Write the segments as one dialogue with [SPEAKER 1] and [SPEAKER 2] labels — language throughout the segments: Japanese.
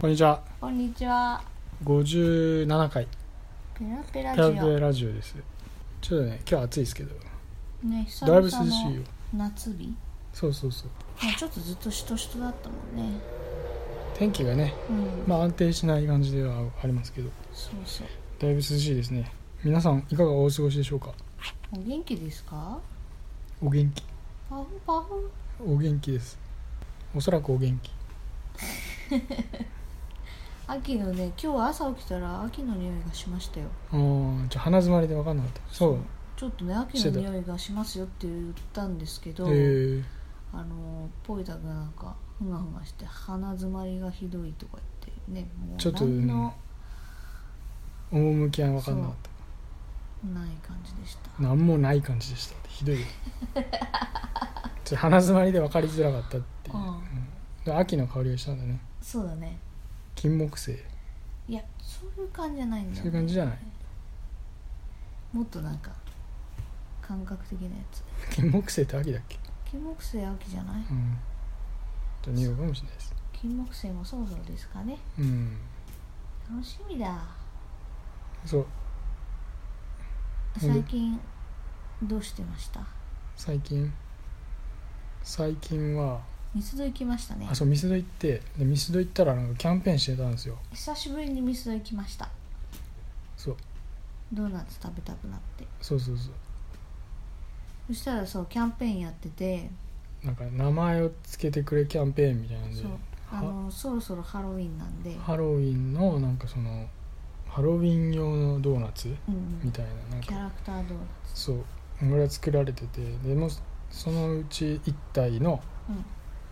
[SPEAKER 1] こんにちは
[SPEAKER 2] こんにちは。
[SPEAKER 1] 57回
[SPEAKER 2] ペラペラ
[SPEAKER 1] ペ
[SPEAKER 2] ジ
[SPEAKER 1] ラ
[SPEAKER 2] オ。
[SPEAKER 1] ペララジオですちょっとね今日暑いですけど
[SPEAKER 2] ね、久
[SPEAKER 1] だい
[SPEAKER 2] 々
[SPEAKER 1] ぶ涼しい
[SPEAKER 2] の
[SPEAKER 1] よ
[SPEAKER 2] 夏日。
[SPEAKER 1] そうそうそう
[SPEAKER 2] まあ、ちょっとずっとしとしとだったもんね。
[SPEAKER 1] 天気がね
[SPEAKER 2] うん。
[SPEAKER 1] まあ安定しない感じではありますけど
[SPEAKER 2] そうそう。
[SPEAKER 1] だいぶ涼しいですね皆さんいかがお過ごしでしょうか
[SPEAKER 2] お元気ですか。
[SPEAKER 1] お元気
[SPEAKER 2] パフパフ。
[SPEAKER 1] お元気ですおそらくお元気
[SPEAKER 2] 秋のね、今日朝起きたら秋の匂いがしましたよ。
[SPEAKER 1] ああじゃあ鼻詰まりで分かんなかったそう
[SPEAKER 2] ちょっとね、秋の匂いがしますよって言ったんですけど。
[SPEAKER 1] えー、
[SPEAKER 2] あの、ポイタがなんか、ふがふがして、鼻詰まりがひどいとか言って、ね、もう。
[SPEAKER 1] ちょっと
[SPEAKER 2] 何の
[SPEAKER 1] 趣は分かんなかった
[SPEAKER 2] ない感じでした。
[SPEAKER 1] なんもない感じでしたひどいちょっと鼻詰まりで分かりづらかったっていう、
[SPEAKER 2] うん。
[SPEAKER 1] で秋の香りがしたんだね
[SPEAKER 2] そうだね。
[SPEAKER 1] 金木犀
[SPEAKER 2] いや、そういう感じじゃないんだ
[SPEAKER 1] そ
[SPEAKER 2] よ
[SPEAKER 1] うい
[SPEAKER 2] ね
[SPEAKER 1] う感じじゃない
[SPEAKER 2] もっとなんか感覚的なやつ
[SPEAKER 1] 金木犀って秋だっけ
[SPEAKER 2] 金木犀秋じゃない
[SPEAKER 1] うんちょっと匂うかもしれないです
[SPEAKER 2] 金木犀もそろそろですかね
[SPEAKER 1] うん
[SPEAKER 2] 楽しみだ
[SPEAKER 1] そう
[SPEAKER 2] 最近どうしてました
[SPEAKER 1] 最近最近は
[SPEAKER 2] ミスド行きましたね
[SPEAKER 1] あそうミスド行ってでミスド行ったらなんかキャンペーンしてたんですよ
[SPEAKER 2] 久しぶりにミスド行きました
[SPEAKER 1] そう
[SPEAKER 2] ドーナツ食べたくなって
[SPEAKER 1] そうそうそう
[SPEAKER 2] そしたらそうキャンペーンやってて、
[SPEAKER 1] なんか名前をつけてくれキャンペーンみたいなんで
[SPEAKER 2] そうあのそろそろハロウィンなんで、
[SPEAKER 1] ハロウィンのなんかそのハロウィン用のドーナツ
[SPEAKER 2] うんう
[SPEAKER 1] み
[SPEAKER 2] ん、
[SPEAKER 1] たいななん
[SPEAKER 2] キャ
[SPEAKER 1] か
[SPEAKER 2] ラクタードーナツ
[SPEAKER 1] そうこれは作られててでもそのうち1体の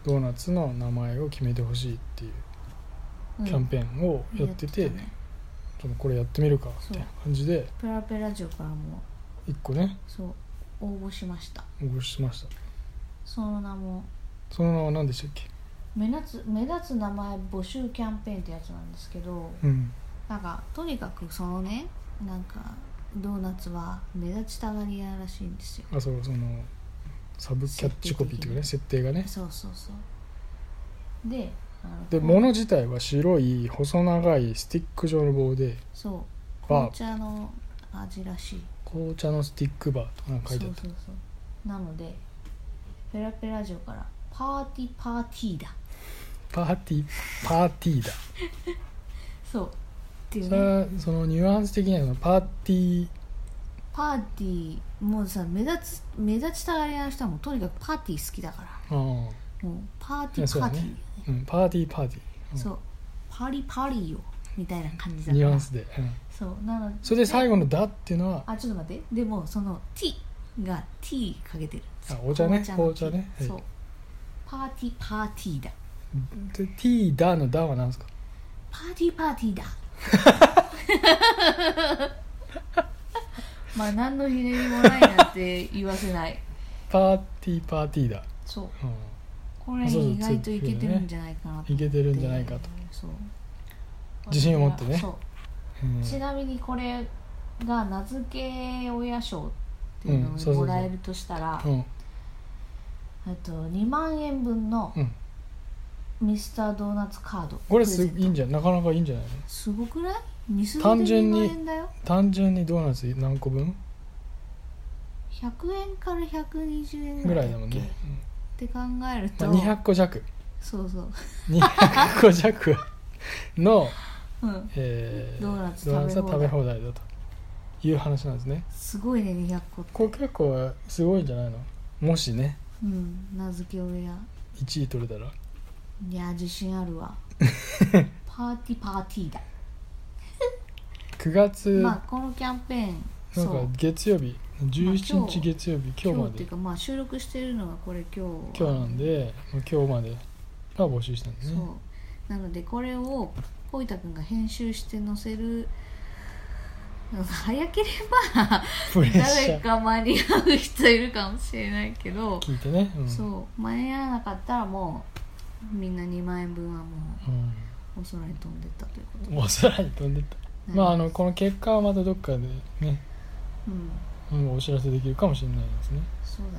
[SPEAKER 1] ドーナツの名前を決めてほしいっていう
[SPEAKER 2] うん、
[SPEAKER 1] キャンペーンを
[SPEAKER 2] うん
[SPEAKER 1] やってて、
[SPEAKER 2] たね
[SPEAKER 1] ちょっとこれやってみるかみたいな感じで
[SPEAKER 2] ペラペラジオからも
[SPEAKER 1] 1個ね
[SPEAKER 2] そう応募しました
[SPEAKER 1] 応募しました
[SPEAKER 2] その名も
[SPEAKER 1] その名は何でしたっけ
[SPEAKER 2] 目立つ目立つ名前募集キャンペーンってやつなんですけど
[SPEAKER 1] うん
[SPEAKER 2] なんかとにかくそのねなんかドーナツは目立ちたがり屋らしいんですよ
[SPEAKER 1] あそうそのサブキャッチコピーっていうかね設定がね
[SPEAKER 2] そうそうそうであの
[SPEAKER 1] で
[SPEAKER 2] こう
[SPEAKER 1] 物自体は白い細長いスティック状の棒で
[SPEAKER 2] そう
[SPEAKER 1] は
[SPEAKER 2] 紅茶の味らしい
[SPEAKER 1] 紅茶のスティックバーとかなんか書
[SPEAKER 2] そう
[SPEAKER 1] い
[SPEAKER 2] そ
[SPEAKER 1] てあ
[SPEAKER 2] う
[SPEAKER 1] った
[SPEAKER 2] そうなのでペラペラジオからパーティーパーティーだ
[SPEAKER 1] パーティーパーティーだ
[SPEAKER 2] そうっていう
[SPEAKER 1] それ
[SPEAKER 2] ね
[SPEAKER 1] はそのニュアンス的にはそのパーティー
[SPEAKER 2] パーティーもうさ目立つ目立ちたがり屋の人はもうとにかくパーティー好きだから
[SPEAKER 1] ああ
[SPEAKER 2] もうパー
[SPEAKER 1] い
[SPEAKER 2] ティ
[SPEAKER 1] や
[SPEAKER 2] ー
[SPEAKER 1] そう
[SPEAKER 2] パ
[SPEAKER 1] だ
[SPEAKER 2] ーティー、
[SPEAKER 1] ねうん、パーティーパーティうん
[SPEAKER 2] そうパリパリよみたいな感じだ
[SPEAKER 1] ー
[SPEAKER 2] か
[SPEAKER 1] ニュ
[SPEAKER 2] ら
[SPEAKER 1] アンスで、うん、
[SPEAKER 2] そうなの
[SPEAKER 1] それで最後の「だ」っていうのは
[SPEAKER 2] あちょっと待ってでもその T が T かけてる
[SPEAKER 1] あお茶ね
[SPEAKER 2] の
[SPEAKER 1] 紅茶ねはい
[SPEAKER 2] そうパーティーパーティーだ
[SPEAKER 1] で T だのだは何ですか
[SPEAKER 2] パーティーパーテ ィーだまあ何のひねりもないなんて言わせない
[SPEAKER 1] パーティーパーティーだ、
[SPEAKER 2] そう
[SPEAKER 1] う
[SPEAKER 2] これに意外といけてるんじゃないかなと
[SPEAKER 1] ん、いけてる
[SPEAKER 2] る
[SPEAKER 1] んじゃないかと、
[SPEAKER 2] そう
[SPEAKER 1] 自信を持ってね
[SPEAKER 2] そう
[SPEAKER 1] うん、
[SPEAKER 2] ちなみにこれが名付け親賞っていうの
[SPEAKER 1] うん
[SPEAKER 2] を
[SPEAKER 1] そうそうそう
[SPEAKER 2] もらえるとしたら、
[SPEAKER 1] うん
[SPEAKER 2] えっと2万円分の
[SPEAKER 1] うん
[SPEAKER 2] ミスタードーナツカード
[SPEAKER 1] これす
[SPEAKER 2] プレゼン
[SPEAKER 1] いいんじゃなかなかいいんじゃないの
[SPEAKER 2] トすごくないミスドで
[SPEAKER 1] 単純
[SPEAKER 2] 2
[SPEAKER 1] に
[SPEAKER 2] 万円だよ
[SPEAKER 1] 単純にドーナツ何個分
[SPEAKER 2] 100円から120円
[SPEAKER 1] ぐ
[SPEAKER 2] ぐ
[SPEAKER 1] ら
[SPEAKER 2] ら
[SPEAKER 1] い
[SPEAKER 2] い
[SPEAKER 1] だ
[SPEAKER 2] だ
[SPEAKER 1] も
[SPEAKER 2] っ
[SPEAKER 1] ん
[SPEAKER 2] け
[SPEAKER 1] ね
[SPEAKER 2] っ、て考えると、
[SPEAKER 1] うんまあ、200個弱
[SPEAKER 2] そうそう、
[SPEAKER 1] 200個弱 の、
[SPEAKER 2] うん、
[SPEAKER 1] えー、
[SPEAKER 2] ドーナツ
[SPEAKER 1] ドーナツは食
[SPEAKER 2] 食
[SPEAKER 1] べ
[SPEAKER 2] べ
[SPEAKER 1] 放題だという話なんですね
[SPEAKER 2] すごいね200個って
[SPEAKER 1] これ結構すごいんじゃないのもしね
[SPEAKER 2] うん名付け親
[SPEAKER 1] 1位取れたら
[SPEAKER 2] いや自信あ るわパーティーパーティーだ、
[SPEAKER 1] 9月、
[SPEAKER 2] まあこのキャンペーン
[SPEAKER 1] な
[SPEAKER 2] そ
[SPEAKER 1] ん
[SPEAKER 2] う
[SPEAKER 1] か月曜日17日月曜日、今日
[SPEAKER 2] 今
[SPEAKER 1] ま
[SPEAKER 2] 日ってい
[SPEAKER 1] で
[SPEAKER 2] うかまあ収録してるのがこれ今日
[SPEAKER 1] 今日なんでもう今日までが募集したんです
[SPEAKER 2] そう
[SPEAKER 1] ね
[SPEAKER 2] なのでこれをポイタくんが編集して載せるなんか早ければ
[SPEAKER 1] プレッシ
[SPEAKER 2] 誰
[SPEAKER 1] ャー
[SPEAKER 2] か間に合う人いるかもしれないけど、
[SPEAKER 1] 聞いてね、うん
[SPEAKER 2] そう間に合わなかったらもうみんな2万円分はもうお空に飛んでったというこ
[SPEAKER 1] うん、お空に飛んでった、
[SPEAKER 2] と
[SPEAKER 1] まああのこの結果はまたどっかでね、
[SPEAKER 2] う
[SPEAKER 1] う
[SPEAKER 2] ん
[SPEAKER 1] ん、お知らせできるかもしれないですね
[SPEAKER 2] そうだね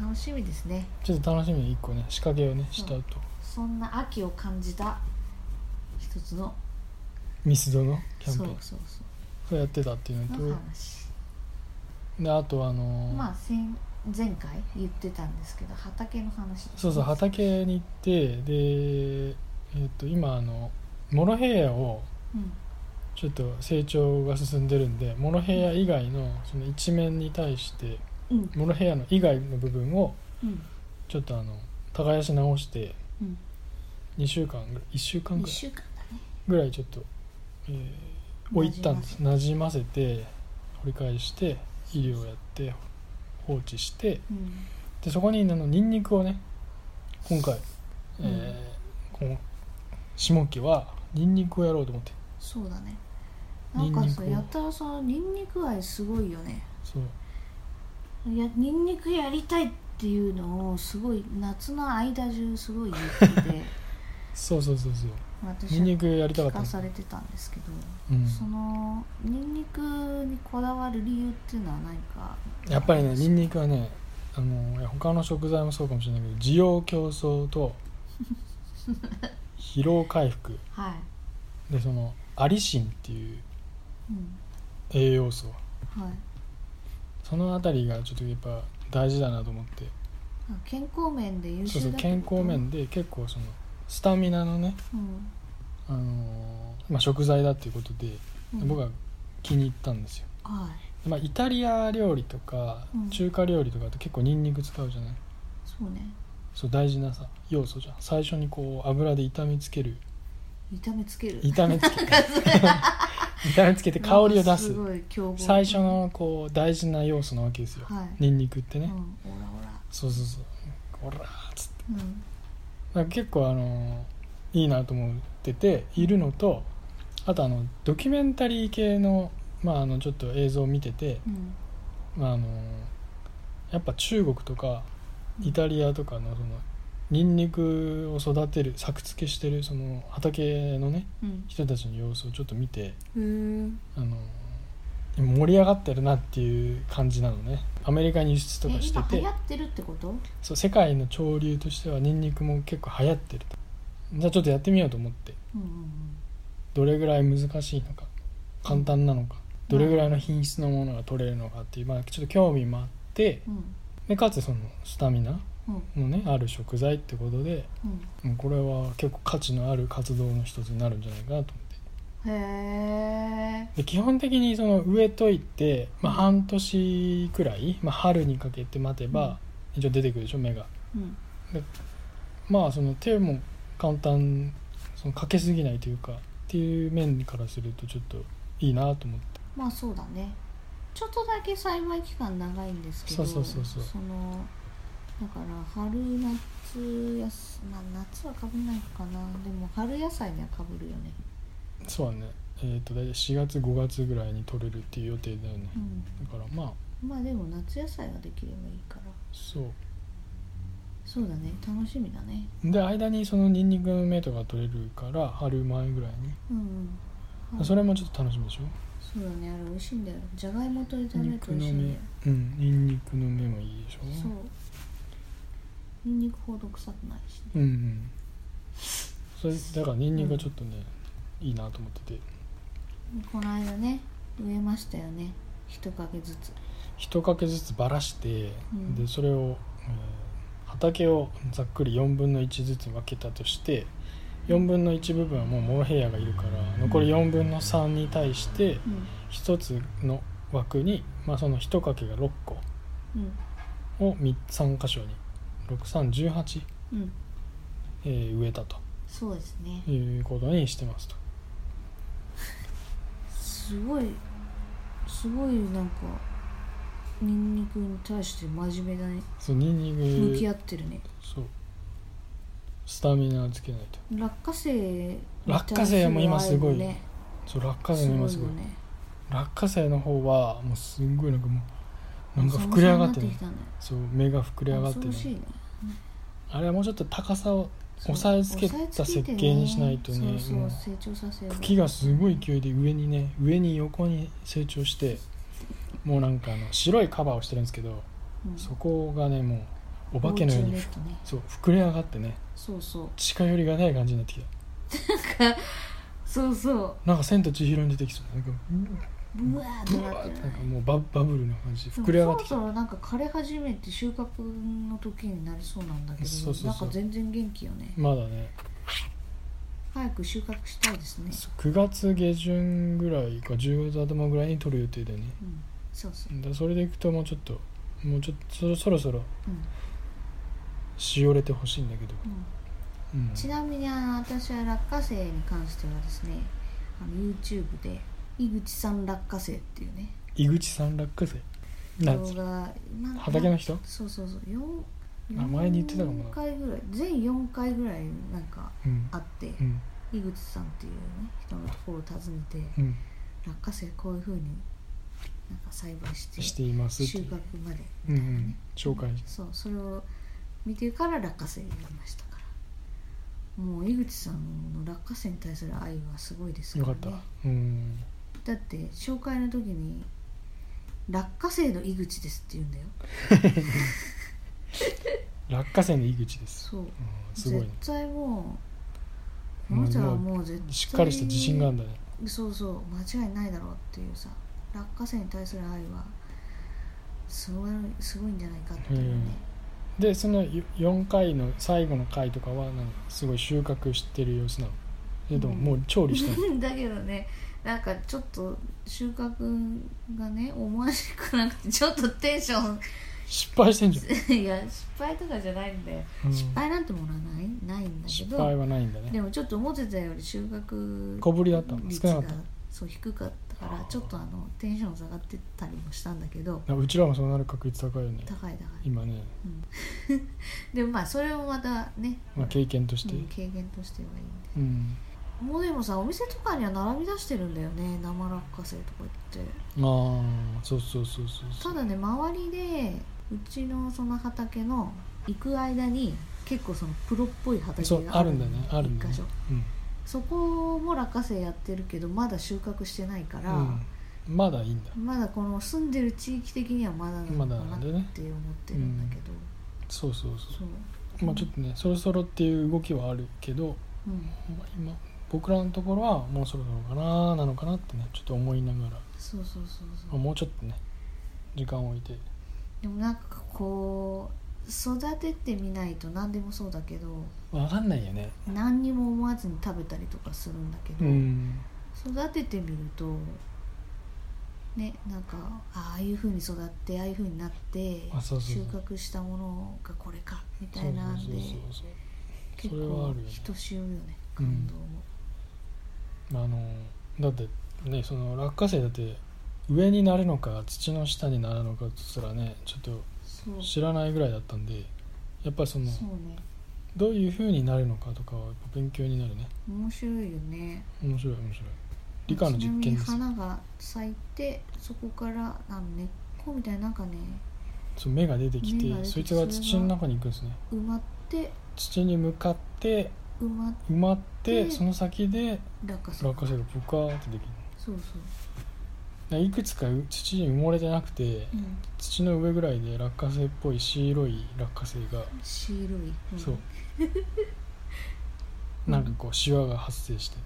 [SPEAKER 2] 楽しみですね
[SPEAKER 1] ちょっと楽しみに1個ね仕掛けをねしたと
[SPEAKER 2] そんな秋を感じた一つの
[SPEAKER 1] ミスドのキャ
[SPEAKER 2] そう
[SPEAKER 1] ンペ
[SPEAKER 2] そう
[SPEAKER 1] ーン
[SPEAKER 2] そ
[SPEAKER 1] をやってたっていう
[SPEAKER 2] うの
[SPEAKER 1] のと
[SPEAKER 2] 話
[SPEAKER 1] であとあの、
[SPEAKER 2] まあ先前回言ってたんですけど畑の話ですね
[SPEAKER 1] そうそう畑に行ってで、えっと今あのモロヘイヤを
[SPEAKER 2] うん
[SPEAKER 1] ちょっと成長が進んでるんでモロヘイヤ以外のその一面に対して
[SPEAKER 2] うん
[SPEAKER 1] モロヘイヤの以外の部分を
[SPEAKER 2] うん
[SPEAKER 1] ちょっとあの耕し直して
[SPEAKER 2] うん
[SPEAKER 1] 2週間ぐらい1週間
[SPEAKER 2] 1
[SPEAKER 1] ぐらい
[SPEAKER 2] 週間だね
[SPEAKER 1] ぐらいちょっと、えー置いたんですなじませて掘り返して肥料をやって放置して
[SPEAKER 2] うん
[SPEAKER 1] でそこにあのニンニクをね今回、えーこの下期はニンニクをやろうと思って
[SPEAKER 2] そうだねなんか
[SPEAKER 1] ニン
[SPEAKER 2] さ
[SPEAKER 1] ニクを
[SPEAKER 2] やたらさニンニク愛すごいよね
[SPEAKER 1] そう
[SPEAKER 2] いやニンニクやりたいっていうのをすごい夏の間中すごい言って て
[SPEAKER 1] そうそうそうそう
[SPEAKER 2] 私
[SPEAKER 1] ニンニクやりたか
[SPEAKER 2] 聞
[SPEAKER 1] った
[SPEAKER 2] か
[SPEAKER 1] の
[SPEAKER 2] されてたんですけど、
[SPEAKER 1] うん
[SPEAKER 2] そのニンニクにこだわる理由っていうのは何か
[SPEAKER 1] やっぱりねニンニクはねあのいや他の食材もそうかもしれないけど需要競争 と疲労回復
[SPEAKER 2] はい、
[SPEAKER 1] でそのアリシンっていう
[SPEAKER 2] うん
[SPEAKER 1] 栄養素
[SPEAKER 2] はい、
[SPEAKER 1] その辺りがちょっとやっぱ大事だなと思って
[SPEAKER 2] あ健康面で優
[SPEAKER 1] そうそう
[SPEAKER 2] 秀だってこと
[SPEAKER 1] 健康、面で結構そのスタミナのね、
[SPEAKER 2] うん
[SPEAKER 1] あのーまあ、食材だっていうことで
[SPEAKER 2] うん
[SPEAKER 1] 僕は気に入ったんですよ、
[SPEAKER 2] はい
[SPEAKER 1] まあ、イタリア料理とか
[SPEAKER 2] うん
[SPEAKER 1] 中華料理とかって結構ニンニク使うじゃない
[SPEAKER 2] そうね
[SPEAKER 1] そう大事なさ要素じゃん最初にこう油で炒めつける
[SPEAKER 2] 炒めつける
[SPEAKER 1] 炒めつ け炒めつけて香りを
[SPEAKER 2] な
[SPEAKER 1] 出
[SPEAKER 2] んか
[SPEAKER 1] す
[SPEAKER 2] ごい強豪
[SPEAKER 1] 最初のこう大事な要素なわけですよ、
[SPEAKER 2] はい
[SPEAKER 1] ニンニクってね、
[SPEAKER 2] うんオラオラ
[SPEAKER 1] そうそうそうこらーっつって
[SPEAKER 2] うん
[SPEAKER 1] なんか結構あのーいいなと思ってているのとあとあのドキュメンタリー系の,、まああのちょっと映像を見てて、
[SPEAKER 2] うん
[SPEAKER 1] まあ、あのーやっぱ中国とかイタリアとかのそのニンニクを育てる作付けしてるその畑のね
[SPEAKER 2] うん
[SPEAKER 1] 人たちの様子をちょっと見て、
[SPEAKER 2] へー
[SPEAKER 1] あの今盛り上がってるなっていう感じなのねアメリカに輸出と
[SPEAKER 2] え
[SPEAKER 1] かして
[SPEAKER 2] 今流
[SPEAKER 1] て
[SPEAKER 2] 行ってるってこと
[SPEAKER 1] そう世界の潮流としてはニンニクも結構流行ってるとじゃあちょっとやってみようと思って
[SPEAKER 2] うんうん
[SPEAKER 1] どれぐらい難しいのか簡単なのかどれぐらいの品質のものが取れるのかっていう、まあ、ちょっと興味もあって
[SPEAKER 2] うん
[SPEAKER 1] でかつそのスタミナ
[SPEAKER 2] うん
[SPEAKER 1] のねある食材ってことで
[SPEAKER 2] うん
[SPEAKER 1] もうこれは結構価値のある活動の一つになるんじゃないかなと思って
[SPEAKER 2] うんへえ
[SPEAKER 1] で基本的にその植えといて、まあ、
[SPEAKER 2] うん
[SPEAKER 1] 半年くらい、まあ、春にかけて待てば一応出てくるでしょ芽が
[SPEAKER 2] うん
[SPEAKER 1] まあその手も簡単そのかけすぎないというかっていう面からするとちょっといいなと思って
[SPEAKER 2] まあそうだねちょっとだけ栽培期間長いんですけど
[SPEAKER 1] そうそうそうそう
[SPEAKER 2] のだから春夏やす、まあ、夏はかぶんないかなでも春野菜にはかぶるよね
[SPEAKER 1] そうだねえっ、と大体4月5月ぐらいに取れるっていう予定だよね
[SPEAKER 2] うん
[SPEAKER 1] だからまあ
[SPEAKER 2] まあでも夏野菜ができればいいから
[SPEAKER 1] そう
[SPEAKER 2] そうだね楽しみだね
[SPEAKER 1] で間にそのニンニクの芽とか取れるから春前ぐらい
[SPEAKER 2] うんうん
[SPEAKER 1] にそれもちょっと楽しみでしょ
[SPEAKER 2] そうだねあれ美味しいんだよじゃがいもと炒
[SPEAKER 1] ニン
[SPEAKER 2] め
[SPEAKER 1] ニ
[SPEAKER 2] ると
[SPEAKER 1] ク
[SPEAKER 2] 美味しい
[SPEAKER 1] の
[SPEAKER 2] んだ
[SPEAKER 1] 芽
[SPEAKER 2] よ
[SPEAKER 1] うんニンニクの芽もいいでしょ
[SPEAKER 2] そうニンニクほど臭くないしね
[SPEAKER 1] うんうんそれだからニンニクがちょっとね、いいなと思ってて
[SPEAKER 2] この間ね植えましたよね一かけずつ
[SPEAKER 1] 一かけずつばらして、
[SPEAKER 2] うん
[SPEAKER 1] でそれを、えー畑をざっくり4分の1ずつ分けたとして4分の1部分はもうモロヘイヤがいるから残り4分の3に対して
[SPEAKER 2] うん
[SPEAKER 1] 1つの枠に、まあ、その一かけが6個
[SPEAKER 2] うん
[SPEAKER 1] を3 3箇所に6318、
[SPEAKER 2] うん
[SPEAKER 1] えー植えたと
[SPEAKER 2] そうですね
[SPEAKER 1] いうことにしてますと。
[SPEAKER 2] すごいすごいなんかニンニクに対して真面目だね
[SPEAKER 1] そうニンニク
[SPEAKER 2] 向き合ってるね
[SPEAKER 1] そうスタミナをつけないと
[SPEAKER 2] 落花生に対
[SPEAKER 1] 落花生も今すごい
[SPEAKER 2] る愛ね
[SPEAKER 1] そう落花生も今すごい
[SPEAKER 2] よね
[SPEAKER 1] 落花生の方はもうすんごいなんかもうなんか膨れ上がってる
[SPEAKER 2] 寒さになって
[SPEAKER 1] そう目が膨
[SPEAKER 2] き
[SPEAKER 1] れ
[SPEAKER 2] た
[SPEAKER 1] 上
[SPEAKER 2] ね
[SPEAKER 1] がってる
[SPEAKER 2] 恐ろしいね
[SPEAKER 1] あれはもうちょっと高さを
[SPEAKER 2] そう
[SPEAKER 1] 押さえつけ
[SPEAKER 2] 押
[SPEAKER 1] た
[SPEAKER 2] さえ
[SPEAKER 1] 設
[SPEAKER 2] つけて
[SPEAKER 1] 計にしないとね
[SPEAKER 2] そうそ
[SPEAKER 1] も
[SPEAKER 2] う
[SPEAKER 1] う
[SPEAKER 2] 成長させる
[SPEAKER 1] 茎がすごい勢いで上にね上に横に成長してもうなんかあの白いカバーをしてるんですけど
[SPEAKER 2] うん
[SPEAKER 1] そこがねもうお化けのよう
[SPEAKER 2] 防
[SPEAKER 1] に
[SPEAKER 2] 虫ネットね
[SPEAKER 1] そう膨れ上がってね
[SPEAKER 2] そうそう
[SPEAKER 1] 近寄りがない感じになってきた
[SPEAKER 2] なんかそうそう
[SPEAKER 1] なんか「千と千尋」に出てきそうなんか
[SPEAKER 2] ブワー
[SPEAKER 1] ブ
[SPEAKER 2] ッ
[SPEAKER 1] ワーって
[SPEAKER 2] てなっ
[SPEAKER 1] なん
[SPEAKER 2] て
[SPEAKER 1] かもうババブルな感じ
[SPEAKER 2] そ
[SPEAKER 1] 膨れ上がって
[SPEAKER 2] ろ
[SPEAKER 1] き
[SPEAKER 2] そ
[SPEAKER 1] た
[SPEAKER 2] ろなんか枯れ始めて収穫の時になりそうなんだけど
[SPEAKER 1] そうそうそう
[SPEAKER 2] なんか全然元気よね
[SPEAKER 1] まだね
[SPEAKER 2] 早く収穫したいですね
[SPEAKER 1] そう9月下旬ぐらいか10月頭ぐらいに取る予定でね
[SPEAKER 2] うんそうそう
[SPEAKER 1] だからそれでいくともうちょっともうちょっとそろそろそろ
[SPEAKER 2] うん
[SPEAKER 1] しおれてほしいんだけど、
[SPEAKER 2] うん
[SPEAKER 1] うん、
[SPEAKER 2] ちなみにあの私は落花生に関してはですねあの YouTube で井口さん落花生っていうね
[SPEAKER 1] 井口さん落花生なん
[SPEAKER 2] 動
[SPEAKER 1] つ
[SPEAKER 2] 画なんか
[SPEAKER 1] 畑の人
[SPEAKER 2] そうそうそう四
[SPEAKER 1] あ前に言ってたかもな
[SPEAKER 2] 4回ぐらい全4回ぐらいなんか
[SPEAKER 1] うん
[SPEAKER 2] あって
[SPEAKER 1] うん
[SPEAKER 2] 井口さんっていうね人のところを訪ねて
[SPEAKER 1] うん
[SPEAKER 2] 落花生こういうふうになんか栽培して
[SPEAKER 1] していますって
[SPEAKER 2] 収
[SPEAKER 1] いう
[SPEAKER 2] 穫まで
[SPEAKER 1] うんうん紹介
[SPEAKER 2] そうそれを見てから落花生になりましたからもう井口さんの落花生に対する愛はすごいです
[SPEAKER 1] よ
[SPEAKER 2] ら
[SPEAKER 1] かったうん
[SPEAKER 2] だって紹介の時に「落花生の井口です」って言うんだよ
[SPEAKER 1] 落花生の井口です、
[SPEAKER 2] そう
[SPEAKER 1] うん、すごい
[SPEAKER 2] 絶
[SPEAKER 1] ね
[SPEAKER 2] 対もうこの人はもう絶対
[SPEAKER 1] しっかりした自信があるんだね
[SPEAKER 2] そうそう間違いないだろうっていうさ落花生に対する愛はすごいすごいんじゃないかっていうね、
[SPEAKER 1] でその4回の最後の回とかはなんかすごい収穫してる様子なのそれとももう調理したの
[SPEAKER 2] だけどねなんかちょっと収穫がね思わしくなくてちょっとテンショ
[SPEAKER 1] 失敗してんじゃん
[SPEAKER 2] ンいや失敗とかじゃないんだよ、
[SPEAKER 1] うん
[SPEAKER 2] 失敗なんてものはないないんだけ
[SPEAKER 1] 失敗
[SPEAKER 2] ど
[SPEAKER 1] はないんだね
[SPEAKER 2] でもちょっと思ってたより収穫
[SPEAKER 1] 小ぶりだったの
[SPEAKER 2] 率
[SPEAKER 1] 少なか
[SPEAKER 2] が
[SPEAKER 1] った
[SPEAKER 2] そう低かったからちょっとあのテンション下がってたりもしたんだけど
[SPEAKER 1] なうちらもそうなる確率高いよね
[SPEAKER 2] 高い高い
[SPEAKER 1] 今ね、
[SPEAKER 2] でもまあそれもまたね、
[SPEAKER 1] まあ、経験として
[SPEAKER 2] うん経験としてはいいんで
[SPEAKER 1] うん、
[SPEAKER 2] もうでもさお店とかには並び出してるんだよね生落花生とか言って
[SPEAKER 1] ああそうそうそうそうそ
[SPEAKER 2] た
[SPEAKER 1] う
[SPEAKER 2] だね周りでうちのその畑の行く間に結構そのプロっぽい畑
[SPEAKER 1] そう
[SPEAKER 2] が
[SPEAKER 1] あるんだねあるんだ
[SPEAKER 2] 一
[SPEAKER 1] ね
[SPEAKER 2] 箇所
[SPEAKER 1] うん
[SPEAKER 2] そこも落花生やってるけどまだ収穫してないから、
[SPEAKER 1] うん、まだいいんだ
[SPEAKER 2] まだこの住んでる地域的にはまだなの
[SPEAKER 1] まだ
[SPEAKER 2] か
[SPEAKER 1] な
[SPEAKER 2] なんっ
[SPEAKER 1] だ
[SPEAKER 2] て
[SPEAKER 1] よ
[SPEAKER 2] 思っ
[SPEAKER 1] ね
[SPEAKER 2] てるんだけど、
[SPEAKER 1] そうそうそ
[SPEAKER 2] そう
[SPEAKER 1] うまあちょっとねそろそろっていう動きはあるけど
[SPEAKER 2] うん
[SPEAKER 1] まあ今僕らのところはもうそろそろかななのかなってねちょっと思いながら、ま
[SPEAKER 2] そうそうそう
[SPEAKER 1] あ
[SPEAKER 2] そう
[SPEAKER 1] もうちょっとね時間を置いて
[SPEAKER 2] でもなんかこう育ててみないと何でもそうだけど
[SPEAKER 1] わかんないよね
[SPEAKER 2] 何にも思わずに食べたりとかするんだけど、
[SPEAKER 1] うん
[SPEAKER 2] 育ててみるとねなんかああいうふうに育ってああいうふうになって
[SPEAKER 1] あそうそうそう
[SPEAKER 2] 収穫したものがこれかみ
[SPEAKER 1] そう
[SPEAKER 2] た
[SPEAKER 1] そう
[SPEAKER 2] いなんで
[SPEAKER 1] そうそう
[SPEAKER 2] 結
[SPEAKER 1] それはあ
[SPEAKER 2] 構
[SPEAKER 1] るよね
[SPEAKER 2] ひとしおよね
[SPEAKER 1] うん
[SPEAKER 2] 感動も、
[SPEAKER 1] あのだってねその落花生だって上になるのか土の下になるのかすらねちょっと
[SPEAKER 2] そうそ
[SPEAKER 1] 知らないぐらいだったんでやっぱりそうの
[SPEAKER 2] ね
[SPEAKER 1] どういう風になるのかとかはやっぱ勉強になるね
[SPEAKER 2] 面白いよね
[SPEAKER 1] 面白い面白い理科の
[SPEAKER 2] ち
[SPEAKER 1] 実
[SPEAKER 2] なみ
[SPEAKER 1] 験
[SPEAKER 2] に
[SPEAKER 1] です
[SPEAKER 2] 花が咲いてそこからあの根っこみたいななんかね
[SPEAKER 1] そう芽が出てきて
[SPEAKER 2] 芽が出てきて
[SPEAKER 1] そいつが土の中に行くんですね
[SPEAKER 2] 埋まって
[SPEAKER 1] 土に向かって
[SPEAKER 2] 埋まっ
[SPEAKER 1] 埋まって、
[SPEAKER 2] で
[SPEAKER 1] その先で
[SPEAKER 2] 落花生
[SPEAKER 1] 落花生がブカーってできる
[SPEAKER 2] そうそう
[SPEAKER 1] だからいくつかう土に埋もれてなくて
[SPEAKER 2] うん
[SPEAKER 1] 土の上ぐらいで落花生っぽい白い落花生が
[SPEAKER 2] 白い、うん
[SPEAKER 1] そうなんかこうシワが発生してて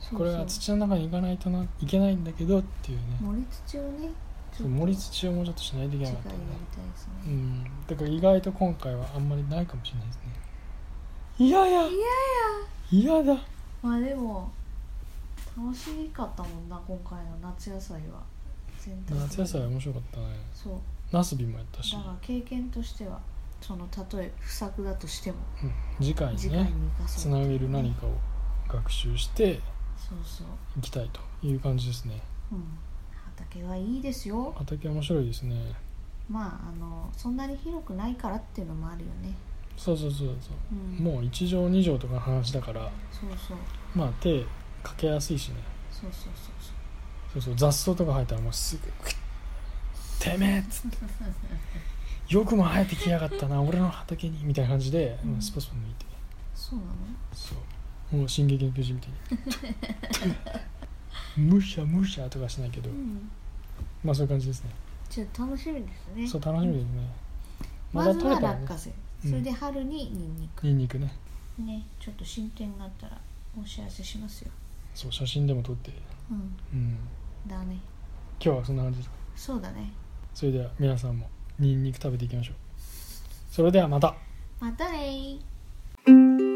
[SPEAKER 2] そう
[SPEAKER 1] これ
[SPEAKER 2] そ
[SPEAKER 1] は
[SPEAKER 2] う
[SPEAKER 1] 土の中に行かないとないけないんだけどっていうね
[SPEAKER 2] 森土をね
[SPEAKER 1] そう盛り
[SPEAKER 2] 土
[SPEAKER 1] 土をもうちょっとしないといけな
[SPEAKER 2] 次
[SPEAKER 1] かった
[SPEAKER 2] 回
[SPEAKER 1] ね
[SPEAKER 2] やりたいですね、
[SPEAKER 1] うんだから意外と今回はあんまりないかもしれないですねいやいや
[SPEAKER 2] いやいや
[SPEAKER 1] 嫌だ
[SPEAKER 2] まあでも楽しかったもんな今回の夏野菜は全体的に
[SPEAKER 1] 夏野菜面白かったね
[SPEAKER 2] そう
[SPEAKER 1] ナスビもやったし
[SPEAKER 2] だ、から経験としてはそのたとえ不作だとしても
[SPEAKER 1] うん次回
[SPEAKER 2] 次
[SPEAKER 1] に
[SPEAKER 2] 回
[SPEAKER 1] ね
[SPEAKER 2] に生か
[SPEAKER 1] つ
[SPEAKER 2] そう
[SPEAKER 1] なげる何かを学習して
[SPEAKER 2] そうそう
[SPEAKER 1] いきたいという感じですね
[SPEAKER 2] うん畑はいいですよ
[SPEAKER 1] 畑面白いですね
[SPEAKER 2] まああのそんなに広くないからっていうのもあるよね
[SPEAKER 1] そうそうそうそう
[SPEAKER 2] うん
[SPEAKER 1] もう1畳2畳とかの話だから
[SPEAKER 2] そうそう
[SPEAKER 1] まあ手かけやすいしね
[SPEAKER 2] そうそうそうそう
[SPEAKER 1] そうそう雑草とか生えたらもうすぐクイッ「てめえ!」っつって「よくも生えてきやがったな俺の畑に」みたいな感じで、
[SPEAKER 2] うん
[SPEAKER 1] スパスパ抜いて
[SPEAKER 2] そうなの
[SPEAKER 1] そうもう「進撃の巨人」みたいに「むしゃむしゃ」とかしないけど
[SPEAKER 2] うん
[SPEAKER 1] まあそういう感じですね
[SPEAKER 2] じゃあ楽しみですね
[SPEAKER 1] そう楽しみですねま
[SPEAKER 2] ま
[SPEAKER 1] た
[SPEAKER 2] ず
[SPEAKER 1] 取
[SPEAKER 2] は
[SPEAKER 1] れ
[SPEAKER 2] 落
[SPEAKER 1] たらね
[SPEAKER 2] 花生、
[SPEAKER 1] うん
[SPEAKER 2] それで春にニンニク
[SPEAKER 1] ニンニクね
[SPEAKER 2] ねちょっと進展があったらお知らせしますよ
[SPEAKER 1] そう写真でも撮って、
[SPEAKER 2] うん
[SPEAKER 1] うん、
[SPEAKER 2] だね
[SPEAKER 1] 今日はそんな感じですか
[SPEAKER 2] そうだね
[SPEAKER 1] それでは皆さんもニンニク食べていきましょうそれではまた
[SPEAKER 2] またねー